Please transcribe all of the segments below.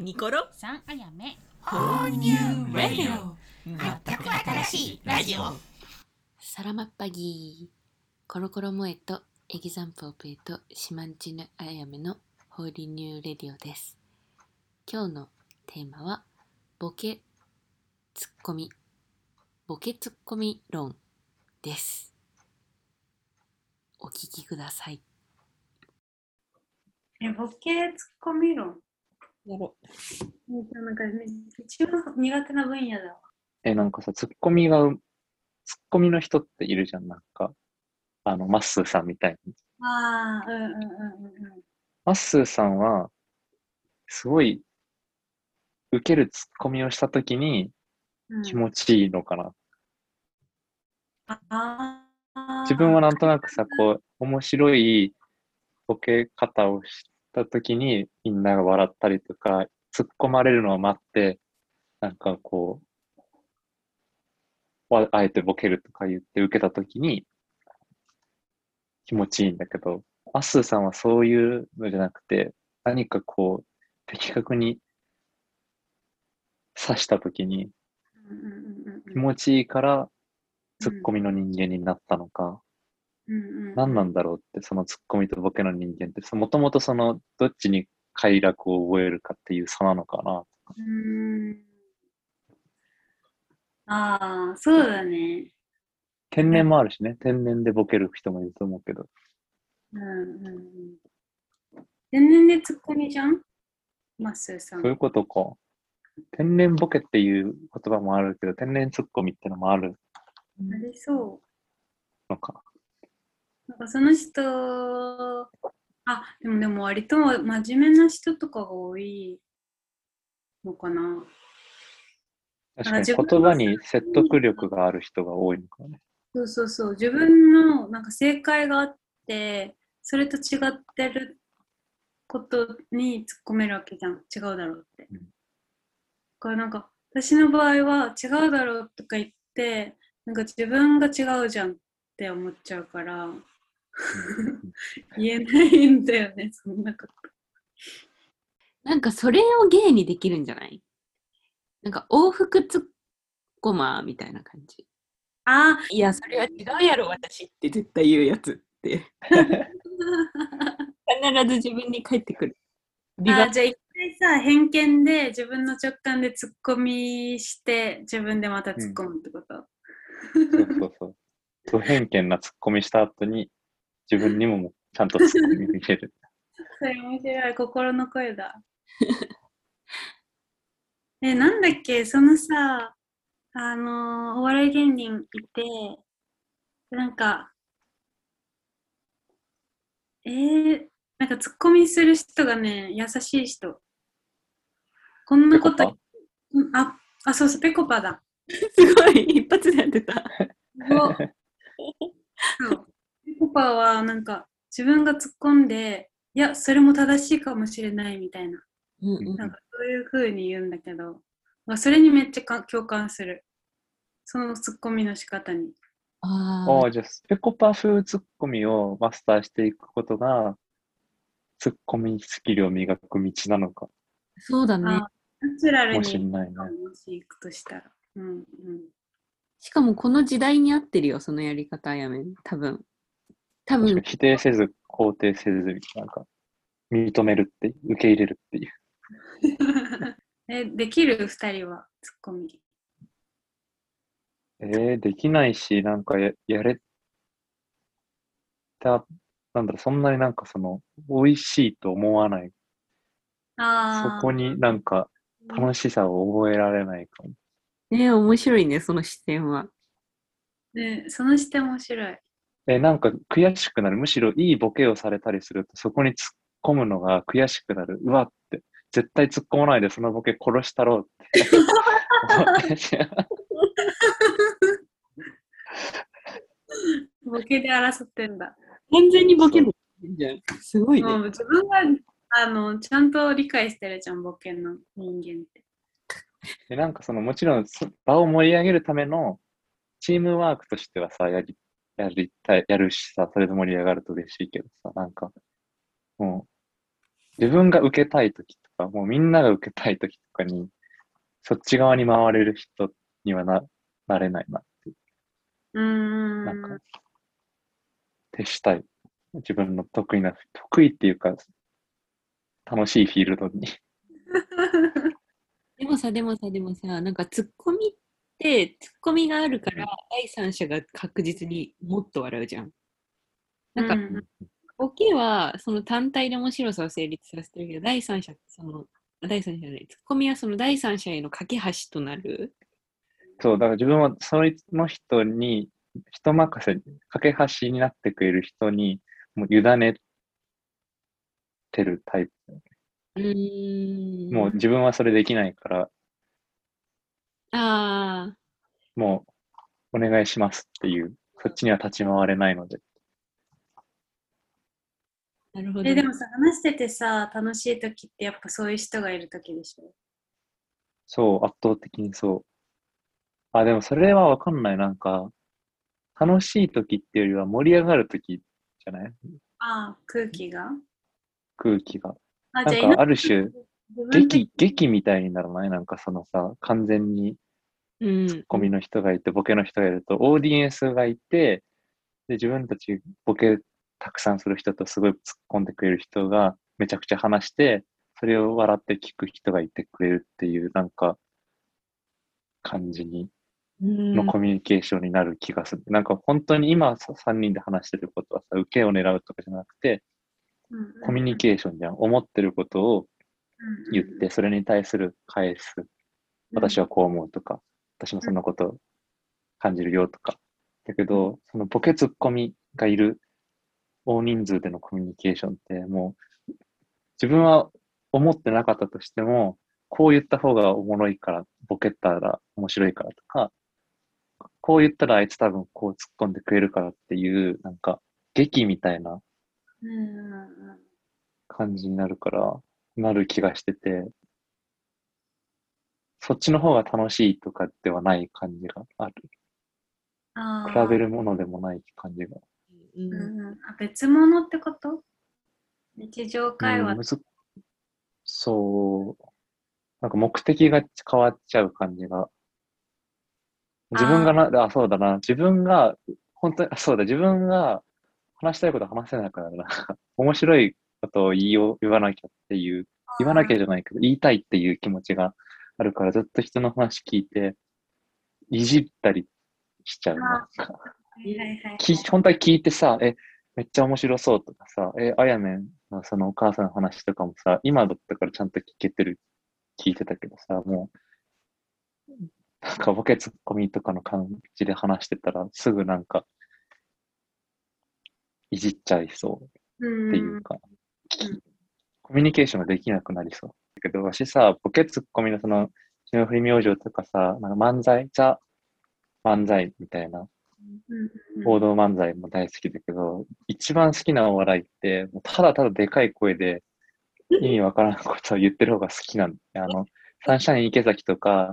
ニコロさんあやめ All New Radio 全く新しいラジオサラマッパギーコロコロ萌えとエギザンプオペイとシマンチヌアヤメのホーリーニューレディオです今日のテーマはボケツッコミボケツッコミ論ですお聞きくださいえ、ボケツッコミ論。やろなんか、め一番苦手な分野だわ。え、なんかさ、ツッコミがう、ツッコミの人っているじゃん、なんか。あの、まっすーさんみたいに。ああ、うんうんうんうん。まっすーさんは、すごい、受けるツッコミをしたときにうん、気持ちいいのかな。ああ自分はなんとなくさ、こう、面白いボケ方をしたときに、みんなが笑ったりとか、突っ込まれるのを待って、なんかこう、わあえてボケるとか言って受けたときに、気持ちいいんだけど、アッスーさんはそういうのじゃなくて、何かこう、的確に刺したときに、うんうんうんうん気持ちいいから、ツッコミの人間になったのか、うんうん何なんだろうって、そのツッコミとボケの人間って、もともとその、どっちに快楽を覚えるかっていう差なのかな。うーんああ、そうだね。天然もあるしね、天然でボケる人もいると思うけど。うんうんうん。天然でツッコミじゃんまっすーさん。そういうことか。天然ボケっていう言葉もあるけど、天然ツッコミってのもあるありそう。のか。なんかその人、あ、でもでも割と真面目な人とかが多いのかな。確かに自分の言葉に説得力がある人が多いのかね。そうそうそう、自分のなんか正解があって、それと違ってることに突っ込めるわけじゃん。違うだろうって。うんだからなんか私の場合は違うだろうとか言って、なんか自分が違うじゃんって思っちゃうから、 言えないんだよね、そんなこと。なんかそれを芸にできるんじゃないなんか往復ツッコマーみたいな感じああ、いやそれは違うやろ私って絶対言うやつ って必ず自分に返ってくるリあバーじゃあ一回さ偏見で自分の直感で突っ込みして自分でまた突っ込むってこと、そうそうそう。と偏見なツッコミした後に、自分にもちゃんとツッコミできる。それ面白い心の声だ えなんだっけそのさあのーお笑い芸人いてなんかえー、なんか突っ込みする人がね優しい人こんなことペコうんああそうそうぺこぱだすごい一発でやってたすごっそうぺこぱはなんか自分が突っ込んでいやそれも正しいかもしれないみたいなうんうんなんかそういう風に言うんだけど、まあ、それにめっちゃか共感するその突っ込みの仕方にあああ、じゃあ、ペコパ風ツッコミをマスターしていくことが、ツッコミスキルを磨く道なのかそうだねあナチュラルもにしれないね。もしいくとしたら、うん うん、しかもこの時代に合ってるよ、そのやり方やめん。多分。多確か分に、否定せず、肯定せず、なんか、認めるって、受け入れるっていう。えできる2人は突っ込みえー、できないし、なんかや、やれた、なんだろう、そんなになんかその、美味しいと思わない。そああこになんか、楽しさを覚えられないかも。ね、面白いね、その視点は。ねその視点面白いえ、なんか悔しくなる。むしろいいボケをされたりすると、そこに突っ込むのが悔しくなる。うわって。絶対突っ込まないで、そのボケ殺したろうって。思ってしまうボケで争ってんだ完全にボケるじゃん。すごいもうね。自分があのちゃんと理解してるじゃん、ボケの人間って。でなんかその、もちろんそ場を盛り上げるためのチームワークとしてはさ、やり、やりたい、やるしさ、それで盛り上がると嬉しいけどさ、なんか、もう、自分が受けたいときとか、もうみんなが受けたい時とかに、そっち側に回れる人にはな、なれないなっていううーん。なんか、徹したい。自分の得意な、得意っていうか、楽しいフィールドに。 でもさ、でもさ、でもさ、なんかツッコミって、ツッコミがあるから、第三者が確実にもっと笑うじゃん。なんか、うんボケはその単体で面白さを成立させてるけど、第三者、その、第三者じゃない、ツッコミはその第三者への架け橋となる。そう、だから自分はその人に、人任せ、架け橋になってくれる人に、もう委ねてるタイプ。うーん。もう自分はそれできないから、ああ、もうお願いしますっていう、そっちには立ち回れないので。なるほど、えでもさ話しててさ楽しい時ってやっぱそういう人がいる時でしょそう、圧倒的にそう。あ、でもそれはわかんない。なんか、楽しい時っていうよりは盛り上がる時じゃないああ空気が空気が。あなんじゃあかある種、自分的劇、劇みたいにならないなんかそのさ、完全にうん、コミの人がいて、ボケの人がいると、オーディエンスがいて、で、自分たちボケたくさんする人とすごい突っ込んでくれる人がめちゃくちゃ話して、それを笑って聞く人がいてくれるっていう、なんか、感じに、うんのコミュニケーションになる気がする。なんか本当に今さ3人で話してることはさ、受けを狙うとかじゃなくて、うんうんコミュニケーションじゃん。思ってることをうんうん言って、それに対する返す私はこう思うとか、私もそんなこと感じるよとか。だけど、そのボケツッコミがいる大人数でのコミュニケーションってもう、自分は思ってなかったとしても、こう言った方がおもろいから、ボケたら面白いからとか、こう言ったらあいつ多分こう突っ込んでくれるからっていう、なんか劇みたいなうんうんうん感じになるから、なる気がしてて、そっちの方が楽しいとかではない感じがある。あー比べるものでもない感じが。ううんんうんあ別物ってこと日常会話うんむずそう。なんか目的が変わっちゃう感じが。自分がな、あそうだな。自分が、本当に、あそうだ、自分が話したいこと話せなくなる な。面白いことを言いよう言わなきゃっていう、言わなきゃじゃないけど、言いたいっていう気持ちがあるから、ずっと人の話聞いて、いじったりしちゃう。なんかはいはいはいき本当は聞いてさ、え、めっちゃ面白そうとかさ、え、あやめんのそのお母さんの話とかもさ、今だったからちゃんと聞けてる、聞いてたけどさ、もう、なんかボケツッコミとかの感じで話してたら、すぐなんか、いじっちゃいそううんっていうか、コミュニケーションができなくなりそう。だけど、わしさ、ボケツッコミのその、霜降り明星とかさ、なんか漫才、ザ、漫才みたいな、うんうん報道漫才も大好きだけど、一番好きなお笑いって、もうただただでかい声で意味わからんことを言ってる方が好きなんだよね。あの、サンシャイン池崎 とか、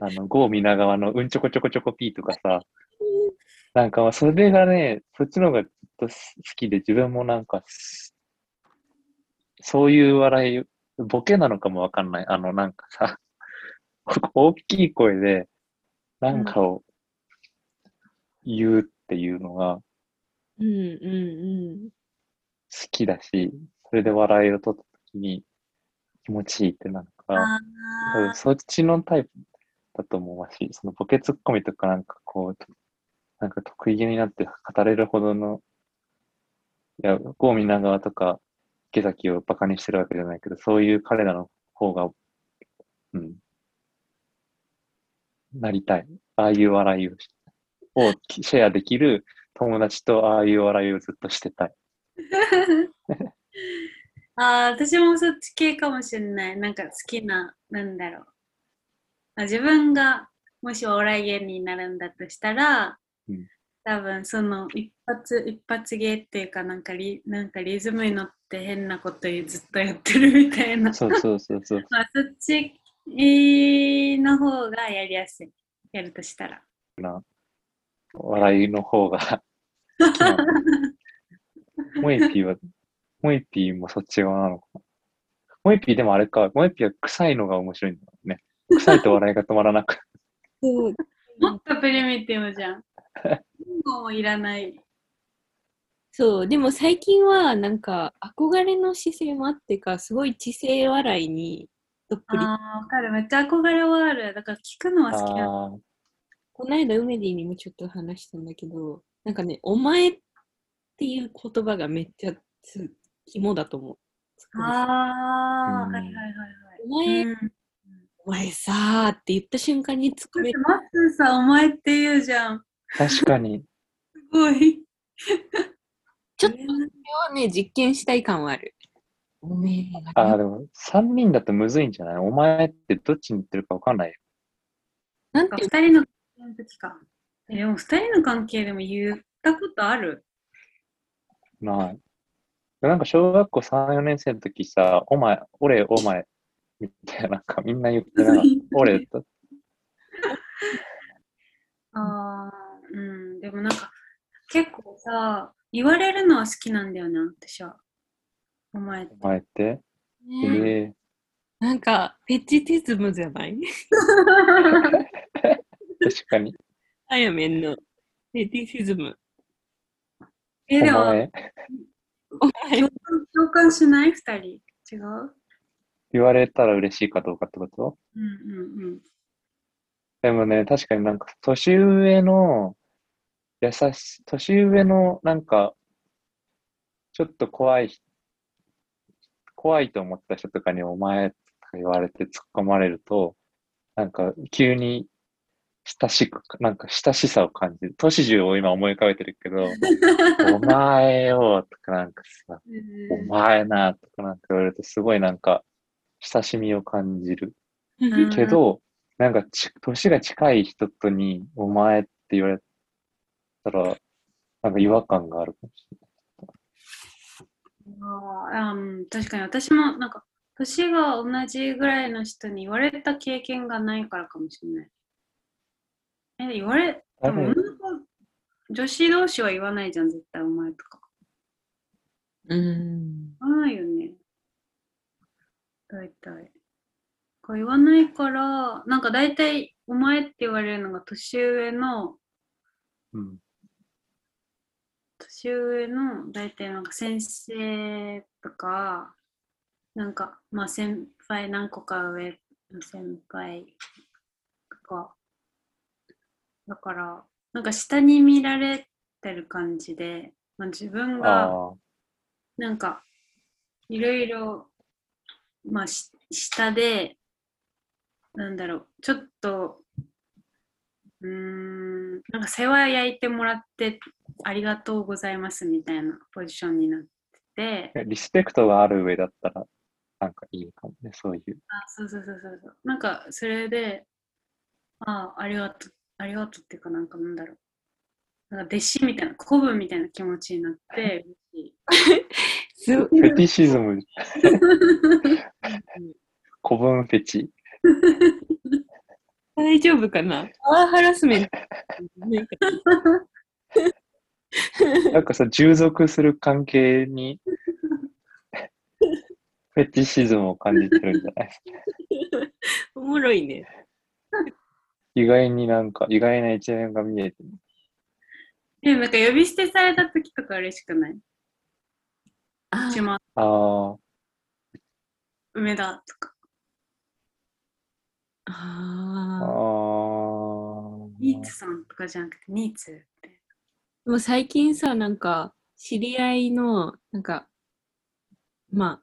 あの、郷皆川のうんちょこちょこちょこピーとかさ、なんかまあそれがね、そっちの方がずっと好きで、自分もなんかす、そういう笑い、ボケなのかもわかんない。あの、なんかさ、大きい声で、なんかを言うっていうのが、うんうん好きだし、それで笑いを取った時に気持ちいいってなんか、あ多分ーそっちのタイプだと思うし、そのボケツッコミとかなんかこう、なんか得意げになって語れるほどの、いや、こう皆川とか池崎をバカにしてるわけじゃないけど、そういう彼らの方が、うん、なりたい。ああいう笑いをし、をシェアできる友達とああいう笑いをずっとして たい。あー私もそっち系かもしれないなんか好きななんだろうあ自分がもしお笑い芸人になるんだとしたら、うん多分その一発一発芸っていうかなんかリなんかリズムに乗って変なことずっとやってるみたいな そうそうそうそう。まあ、そっちの方がやりやすい。やるとしたら。な笑いの方が好きなの。モイピーは、モイピーもそっち側なのかな。モエピーでもあれか、モエピーは臭いのが面白いんだよね。臭いと笑いが止まらなく。そうもっとプリミティブじゃ ん。言語もいらない。そう、でも最近はなんか憧れの姿勢もあってか、すごい知性笑いにどっあぷり。あ、わかる。めっちゃ憧れはある。だから聞くのはあ好きなの。あー、この間、梅ディにもちょっと話したんだけど、なんかね、お前っていう言葉がめっちゃつ肝だと思う。ああ、うんはいはいはいおはい。前、うん、だお前さーって言った瞬間につくっめてマッツーさん、お前って言うじゃん。確かに。すごい。ちょっとそれをね、実験したい感はある。おめえああ、でも、3人だとむずいんじゃないお前ってどっちに言ってるかわかんないよ。ななんんかて、二人の関係の時か。えでも二人の関係でも言ったことあるない。なんか小学校3、4年生の時さ、お前、俺、お前、みたいな、なんかみんな言って なかった。俺と、ああ、うん。でもなんか、結構さ、言われるのは好きなんだよな、私は。お前って。お前って。えねえなんか、フェチティズムじゃない確かに。あやめんの。フェティシズム。え、でおも、お前、前共共感しない二人。違う言われたら嬉しいかどうかってことうんうんうん。でもね、確かになんか、年上の、優し、年上の、なんか、ちょっと怖い人、怖いと思った人とかに、お前とか言われて突っ込まれると、なんか、急に、親しく、なんか、親しさを感じる。年中を今思い浮かべてるけど、お前よ、とかなんかさ、お前な、とかなんか言われると、すごいなんか、親しみを感じる。うんけど、なんかち、年が近い人とに、お前って言われたら、なんか違和感があるかもしあーうん、確かに私もなんか年が同じぐらいの人に言われた経験がないからかもしれない。え、言われ、でれなもい。女の子女子同士は言わないじゃん、絶対お前とか。うん。言わないよね。大体。こう言わないから、なんか大体お前って言われるのが年上の、うん。年上の大体なんか先生とかなんかまあ先輩何個か上の先輩とかだからなんか下に見られてる感じで、まあ、自分がああ、なんかいろいろまあし下でなんだろうちょっとうーんなんか世話焼いてもらってありがとうございますみたいなポジションになっててリスペクトがある上だったら、なんかいいかもね、そういう。あそうそうそうそうそうなんかそれでああありがとうありがとうっていうかなんかなんだろうなんか弟子みたいな古文みたいな気持ちになって嬉しいすごいフェティシズム、 古文フェチ。大丈夫かなパワーハラスメント。なんかなんかさ、従属する関 係に、フェティシズムを感じてるんじゃないおもろいね。意外になんか、意外な一面が見えてる。でもなんか呼び捨てされた時とか嬉しくないあうちもああ、梅田とかあああ。ニーツさんとかじゃなくてニーツってでも最近さ、なんか、知り合いの、なんか、まあ、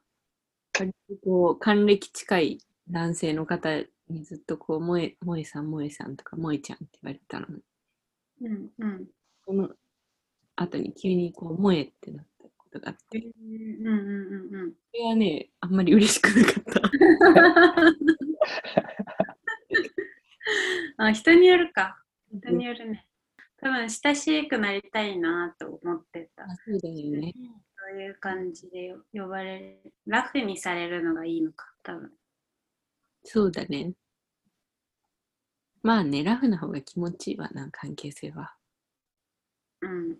割とこう、還暦近い男性の方にずっとこう、萌え、萌えさん、萌えさんとか、萌えちゃんって言われてたの。うんうんこの後に急にこう、萌えってなったことがあって、こうんうんうんうんれはね、あんまり嬉しくなかった。あ人によるか。人によるね。多分親しくなりたいなと思ってたあ。そうだよね。そういう感じで呼ばれる。ラフにされるのがいいのか、多分。そうだね。まあね、ラフな方が気持ちいいわな、関係性は。うん。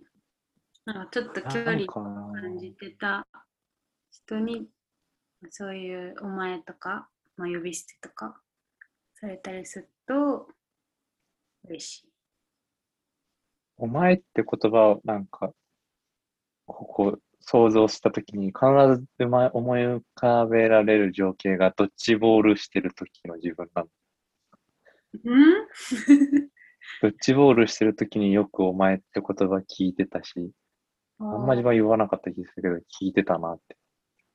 なんかちょっと距な離んかな感じてた人にそういう「お前」とか、まあ、呼び捨てとかされたりすると嬉しい。お前って言葉をなんか、ここ想像したときに必ずうまい思い浮かべられる情景がドッジボールしてる時の自分なの。うんドッジボールしてる時によくお前って言葉聞いてたし、あんまりあは言わなかった気がするけど聞いてたなって。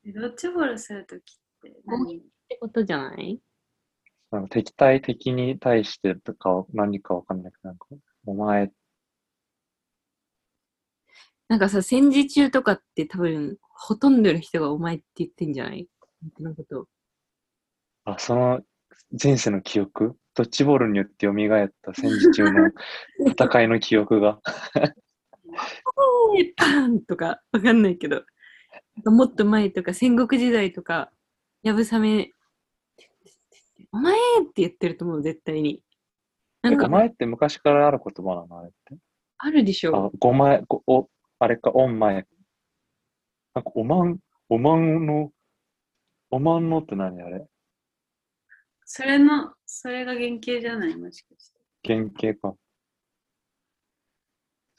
ードッジボールするときって何てことじゃないなんか敵対敵に対してとかを何かわかんないけど、なんか、お前なんかさ、戦時中とかって多分、ほとんどの人がお前って言ってんじゃない本当のこと。あ、その前世の記憶、ドッジボールによって蘇った戦時中の戦いの記憶が、おーいパーンとか、わかんないけど。なんかもっと前とか、戦国時代とか、やぶさめ、お前って言ってると思う、絶対に。なんおか、前って昔からある言葉なのあれって。あるでしあょ。、ごまえ、ごお、あれか、おんまえ。なんか、おまん、おまんの、おまんのって何あれそれのそれが原型じゃないもしかして。原型か。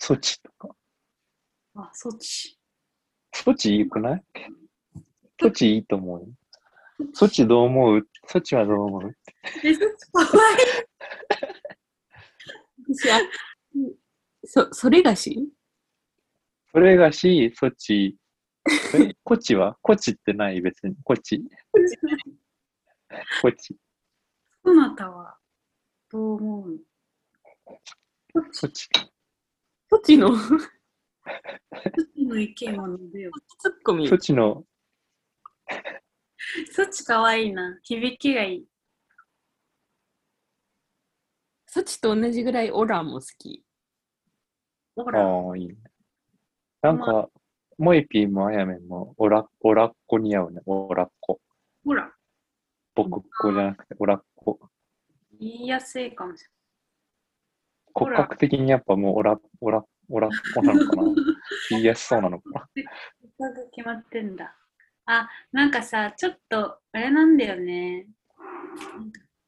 措置とか。あ、そっち。措置良くない措置いいと思うよ。措置どう思う措置はどう思うえ、そっちかわいい。私あそ、それがしそれがし、そち。え、こちはこちってない別に。こち。こち。そなたはどう思うそち。そっちのツそっちの意見を述べよう。ッコミそ。ちの、 そっちかわいいな。響きがいい。そっちと同じぐらいオラも好き。ほら。ああ、いいね。なんか、モイピーもあやめんも、オラ、オラっ子似合うね。オラっ子。ほら。僕っ子じゃなくて、オラっ子。言いやすいかもしオ骨ラ格的にやっぱもうオラ、オラ、オラっ子なの かな。言いやすそうなのかな。れない。決まってんだ。あ、なんかさ、ちょっと、あれなんだよね。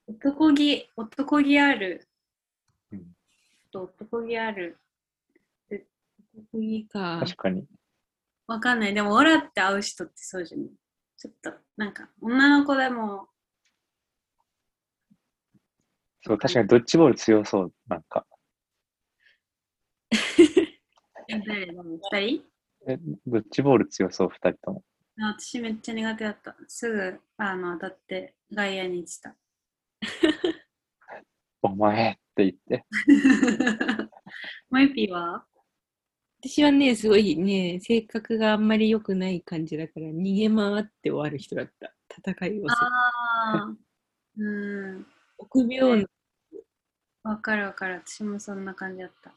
男気、男気ある。うんちょっと男気ある。いいか。確かに。わかんない。でも、オラって会う人ってそうじゃない。ちょっと、なんか、女の子でも、そう、確かにドッジボール強そう。なんか。誰でも二人え、ドッジボール強そう、二人とも。あ私めっちゃ苦手だった。すぐあの当たって外野に落ちた。 お前って言って。モイピーは私はね、すごいね、性格があんまり良くない感じだから、逃げ回って終わる人だった。戦いをする。ああ、うん、臆病な、わかるわかる。私もそんな感じだった。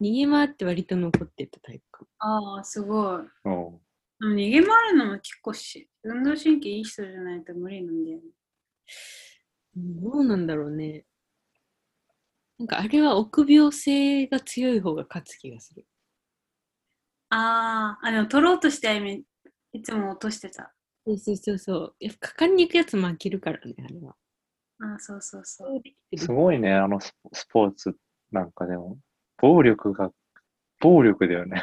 逃げ回って割と残ってたタイプかも。ああ、すごい。うん。でも逃げ回るのも結構し、運動神経いい人じゃないと無理なんだよね。うんどうなんだろうね。なんかあれは臆病性が強い方が勝つ気がする。ああ、あ、でも取ろうとしてあゆみ、いつも落としてた。そうそうそうそう。やっぱ果敢に行くやつ負けるからね、あれは。ああ、そうそうそう。すごいね、あのスポスポーツなんかでも。暴力が、暴力だよね。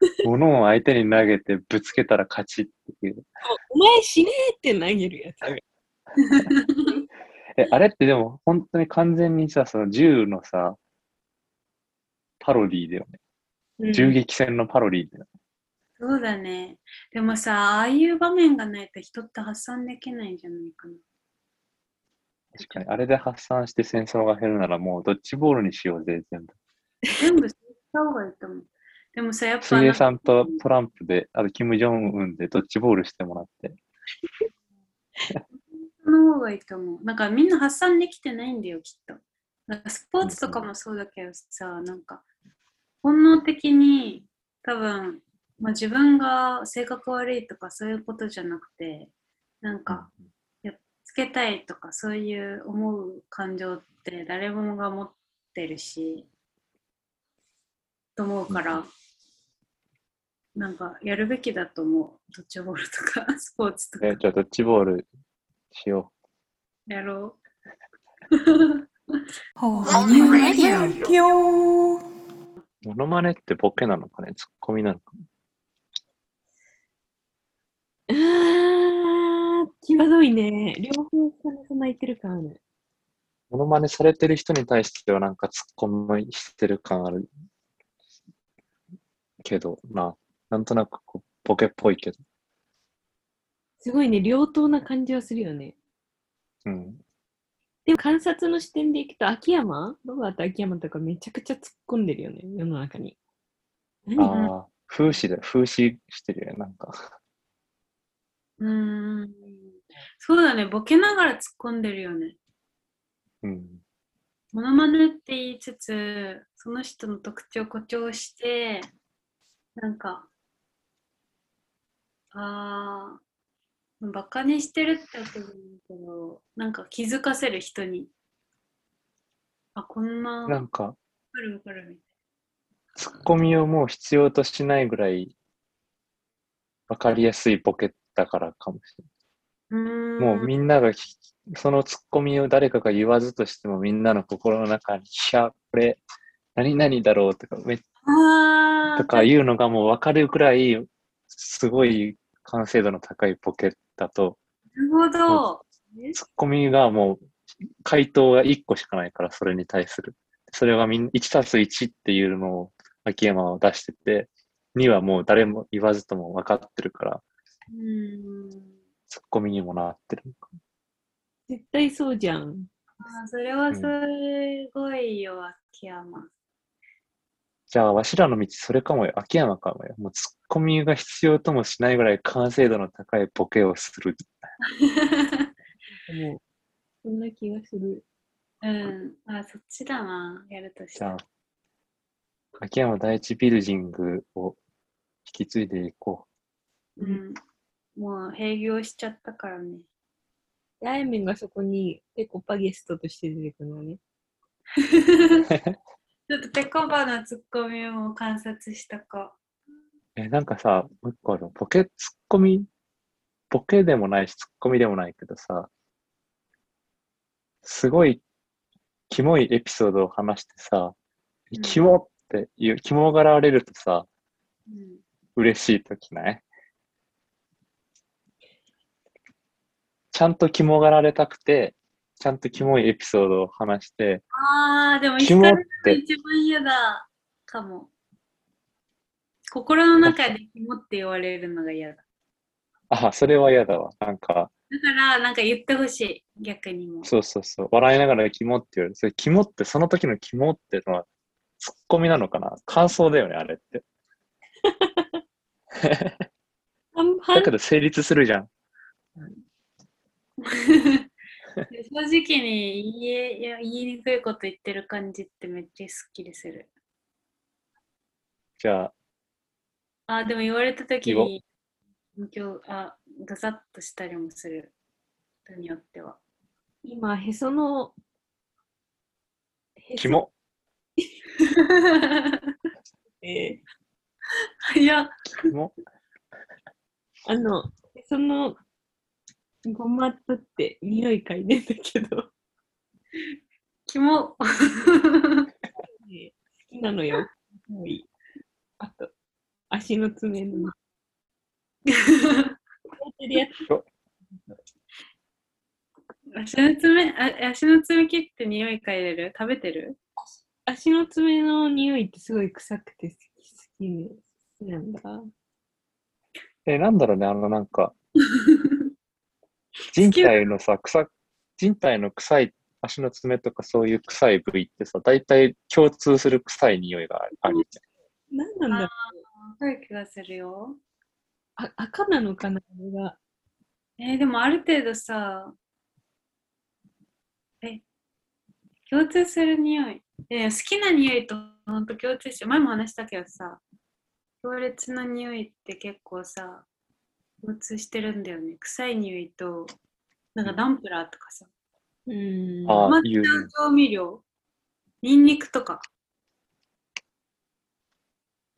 物を相手に投げてぶつけたら勝ちっていう。お前死ねえって投げるやつだよ。え、あれってでも本当に完全にさ、その銃のさ、パロディーだよね。うん銃撃戦のパロディーだよね。そうだね。でもさ、ああいう場面がないと人って発散できないんじゃないかな。確かに。あれで発散して戦争が減るならもうドッジボールにしようぜ、全部。全部そうした方がいいと思う。でもさ、やっぱ水なん泳かさんとトランプで、あとキム・ジョンウンでドッジボールしてもらって。その方がいいと思う。なんかみんな発散できてないんだよ、きっと。なんかスポーツとかもそうだけどさ、なんか本能的に多分、まあ、自分が性格悪いとかそういうことじゃなくて、なんかやっつけたいとかそういう思う感情って誰もが持ってるしと思うから、なんかやるべきだと思う。ドッジボールとかスポーツとかえ、じゃあドッジボールしよやろホーリーレディオピョーう。モノマネってボケなのかねツッコミなのかあー、際どいね。両方そんな言ってる感ある。モノマネされてる人に対してはなんかツッコミしてる感あるけどな、なんとなくこうボケっぽいけど、すごいね、良党な感じはするよね。うん。でも観察の視点でいくと、秋山ロバート秋山とかめちゃくちゃ突っ込んでるよね、世の中に。何ああ、風刺だよ、風刺してるよね、なんか。 う。うーん。そうだね。ボケながら突っ込んでるよね。うん。モノマネって言いつつ、その人の特徴を誇張して、なんか、あー、バカにしてるってわけじゃないけど、なんか気づかせる人に。あ、こんな、わなかんか、るわかるみツッコミをもう必要としないぐらい、わかりやすいボケだからかもしれたいな。うーんない。もうみんながひ、そのツッコミを誰かが言わずとしてもみんなの心の中に、いや、これ、何々だろうとか、めあーとかいうのがもうわかるぐらい、すごい完成度の高いボケだと、なるほど。ツッコミがもう、回答が1個しかないから、それに対する。それがみん1たす1っていうのを秋山は出してて、2はもう誰も言わずとも分かってるから、うーん。ツッコミにもなってる。絶対そうじゃん。あーそれはすごいよ、秋山。じゃあ、わしらの道、それかもよ。秋山かもよ。もうツッコミが必要ともしないぐらい完成度の高いボケをする。もうそんな気がする。うん。あ、そっちだな、やるとしじたゃらあ。、秋山第一ビルジングを引き継いでいこうん。もう閉業しちゃったから ね。であやめんがそこにペコパゲストとして出てくるのね。ちょっとペコバのツッコミを観察したか。う。え、なんかさ、もう一個ある。ボケ、ツッコミ、ボケでもないし、ツッコミでもないけどさ、すごい、キモいエピソードを話してさ、うんキモっていう、キモがられるとさ、うん、嬉しいときないちゃんとキモがられたくて、ちゃんとキモいエピソードを話して、あー、でもキ光モっるのがて、一番嫌だかも。心の中でキモって言われるのが嫌だ。あ、それは嫌だわ。なんか、だから、なんか言ってほしい。逆にも。そうそうそう。笑いながらキモって言われる。それキモって、その時のキモってのは、ツッコミなのかな感想だよね、あれって。半だ半けど成立するじゃん。 正直に言えいや言いにくいこと言ってる感じってめっちゃすっきりする。じゃあ、あー、でも言われた時言おうに、今日、あ、ガサッとしたりもする。人によって は。今、へその、へキそモ、って、いや、キモ。あの、へその、ごまとって匂い嗅いでんだけ ど、好キモ。 きなのよ。もういいあと、足の爪の。足の爪あ、足の爪切って匂い嗅いでる食べてる足の爪の匂いってすごい臭くて好き好き,、ね、好きなんだ。え、なんだろうね、あの、なんか、人体のさ、臭、人体の臭い足の爪とかそういう臭い部位ってさ、大体共通する臭い匂いがあるよね。何なんだろうわかる気がするよ。あ赤なのかなあれが。えーでもある程度さ、え、共通する匂い。えー好きな匂いと本当共通して、前も話したけどさ、強烈な匂いって結構さ、共通してるんだよね。臭い匂いと、なんかダンプラーとかさ、うーん。あまあ、あいう、調味料、ニンニクとか。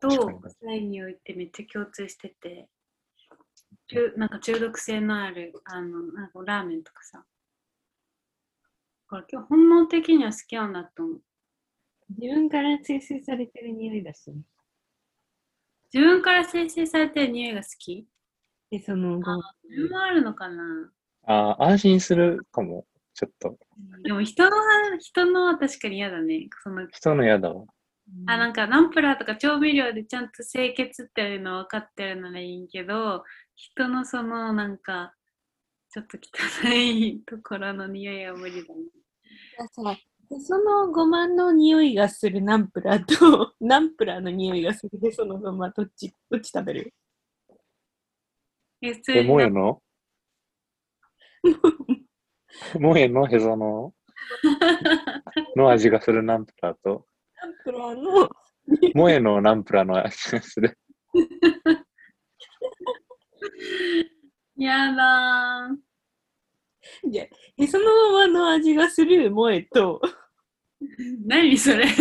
と確かに臭い匂いってめっちゃ共通してて中なんか中毒性のあるあのなんかラーメンとかさだから今日本能的には好きなんだと思う自分から生成されてる匂いだしね。自分から生成されてる匂いが好きで、その後、それもあるのかなああ、安心するかも。ちょっと。でも人の人のは確かに嫌だねその人の嫌だわ。あなんかナンプラーとか調味料でちゃんと清潔っていうの分かってるならいいんけど人のそのなんかちょっと汚いところの匂いは無理だね。さでそのごまの匂いがするナンプラーと、 ナンプラーの匂いがするで、そのごま、どっち、どっち食べるえ普通え、にもえのもえのへそのの味がするナンプラーと、ナンプラー の、もえのナンプラーの味がする。 やだーじゃへそのごまの味がする萌えと、何それ た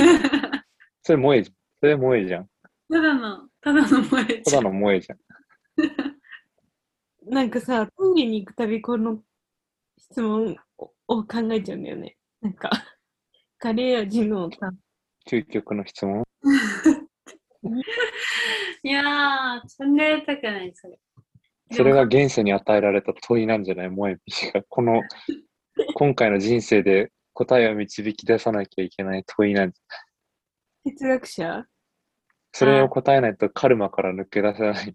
それもえじゃん。それもえじゃん。だのただの萌えたちゃだんのもえじゃん。なんかさ、トイレに行くたびこの質問をを考えちゃうんだよね。なんか、 カレー味のさ、究極の質問。いやーそんなやりたくないそれそれが現世に与えられた問いなんじゃないもえみしが。この、今回の人生で答えを導き出さなきゃいけない問いなんじゃ哲学者それを答えないとカルマから抜け出せない。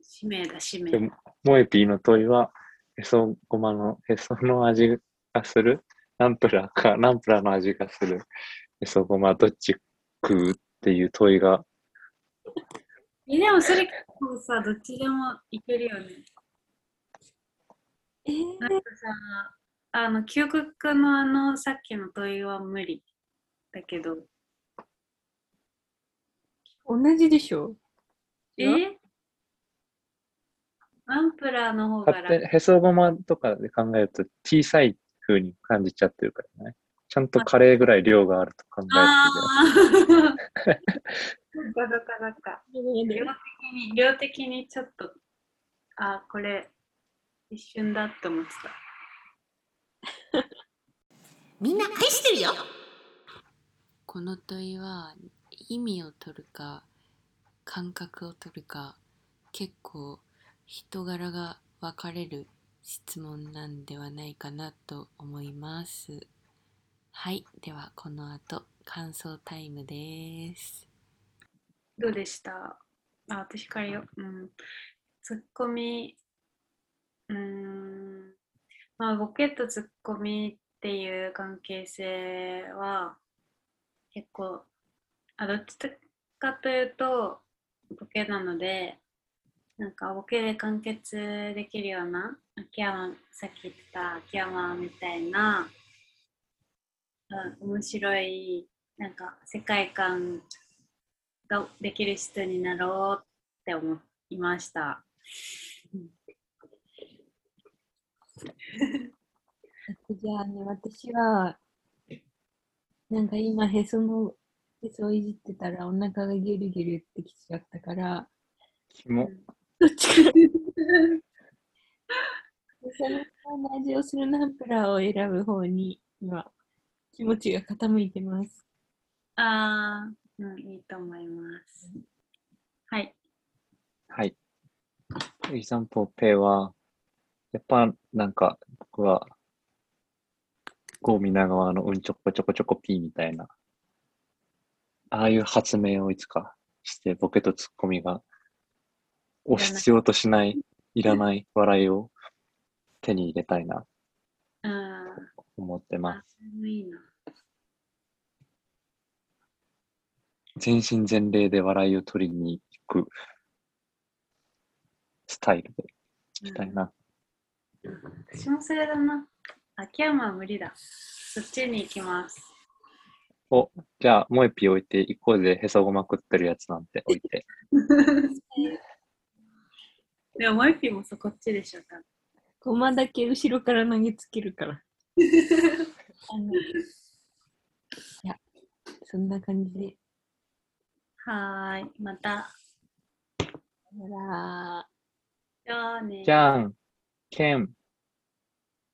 使命だ使で命も、モエピーの問いは、へそごまの、へその味がするナンプラーか、ナンプラーの味がするへそごま、どっち食うっていう問いが、えでもそれ結構さどっちでもいけるよねえー、なんかさ、あの、究極のあの、さっきの問いは無理だけど、同じでしょえナンプラーの方が勝手楽にへそごまとかで考えると小さい風に感じちゃってるからね。ちゃんとカレーぐらい量があると考えてあるあそ っかそっかそっか。量的に、量的にちょっと、あーこれ、一瞬だって思ってた。みんな愛してるよこの問いは意味を取るか感覚を取るか結構人柄が分かれる質問なんではないかなと思いますはいではこの後感想タイムですどうでしたあ、私からよ。うん。ツッコミ、うーん。まあ、ボケとツッコミっていう関係性は、結構、あ、どっちかというと、ボケなので、なんかボケで完結できるような、秋山、さっき言った秋山みたいな、うん、面白い、なんか世界観ができる人になろうって思いました。じゃあね、私は、なんか今、へその、へそをいじってたらお腹がギュルギュルってきちゃったから、けど。もどっちか。へその方の味をするナンプラーを選ぶ方に、今、気持ちが傾いてます。ああ、うん、いいと思います。はい。はい。イザンポペイは、やっぱなんか僕は、郷皆川のうんちょこちょこちょこピーみたいな、ああいう発明をいつかして、ボケとツッコミが、をいらない必要としない、いらない笑いを手に入れたいな、あ思ってあ、まあそれもいいな。す。全身全霊で笑いを取りに行くスタイルでいきたいな。私もそれだな。秋山は無理だ。そっちに行き ます。じゃあ、もう一品置いていこうぜ。へそごまくってるやつなんて置いて。でも、もう一品もそこっちでしょ、多分ごまだけ後ろから投げつけるから。あのいや、そんな感じで。はーい。また。ほら、じゃあね。じゃ んけん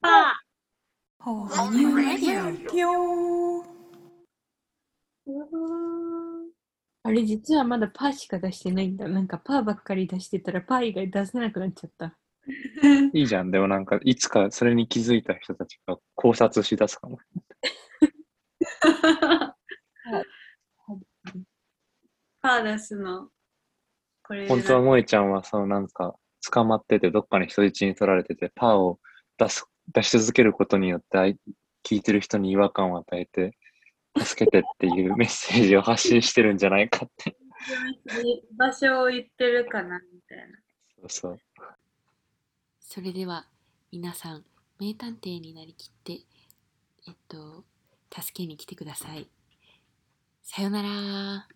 パー horny radio. あれ実はまだパーしか出してないんだ。なんかパーばっかり出してたらパー以外出せなくなっちゃった。いいじゃんでもなんかいつかそれに気づいた人たちが考察しだすかも パー出すの。これ本当は萌えちゃんはそのなんか捕まっててどっかに人質に取られててパーを出す出し続けることによってあい聞いてる人に違和感を与えて助けてっていうメッセージを発信してるんじゃないかって場所を言ってるかなみたいな。そうそうそれでは皆さん、名探偵になりきって、えっと、助けに来てください。さよなら。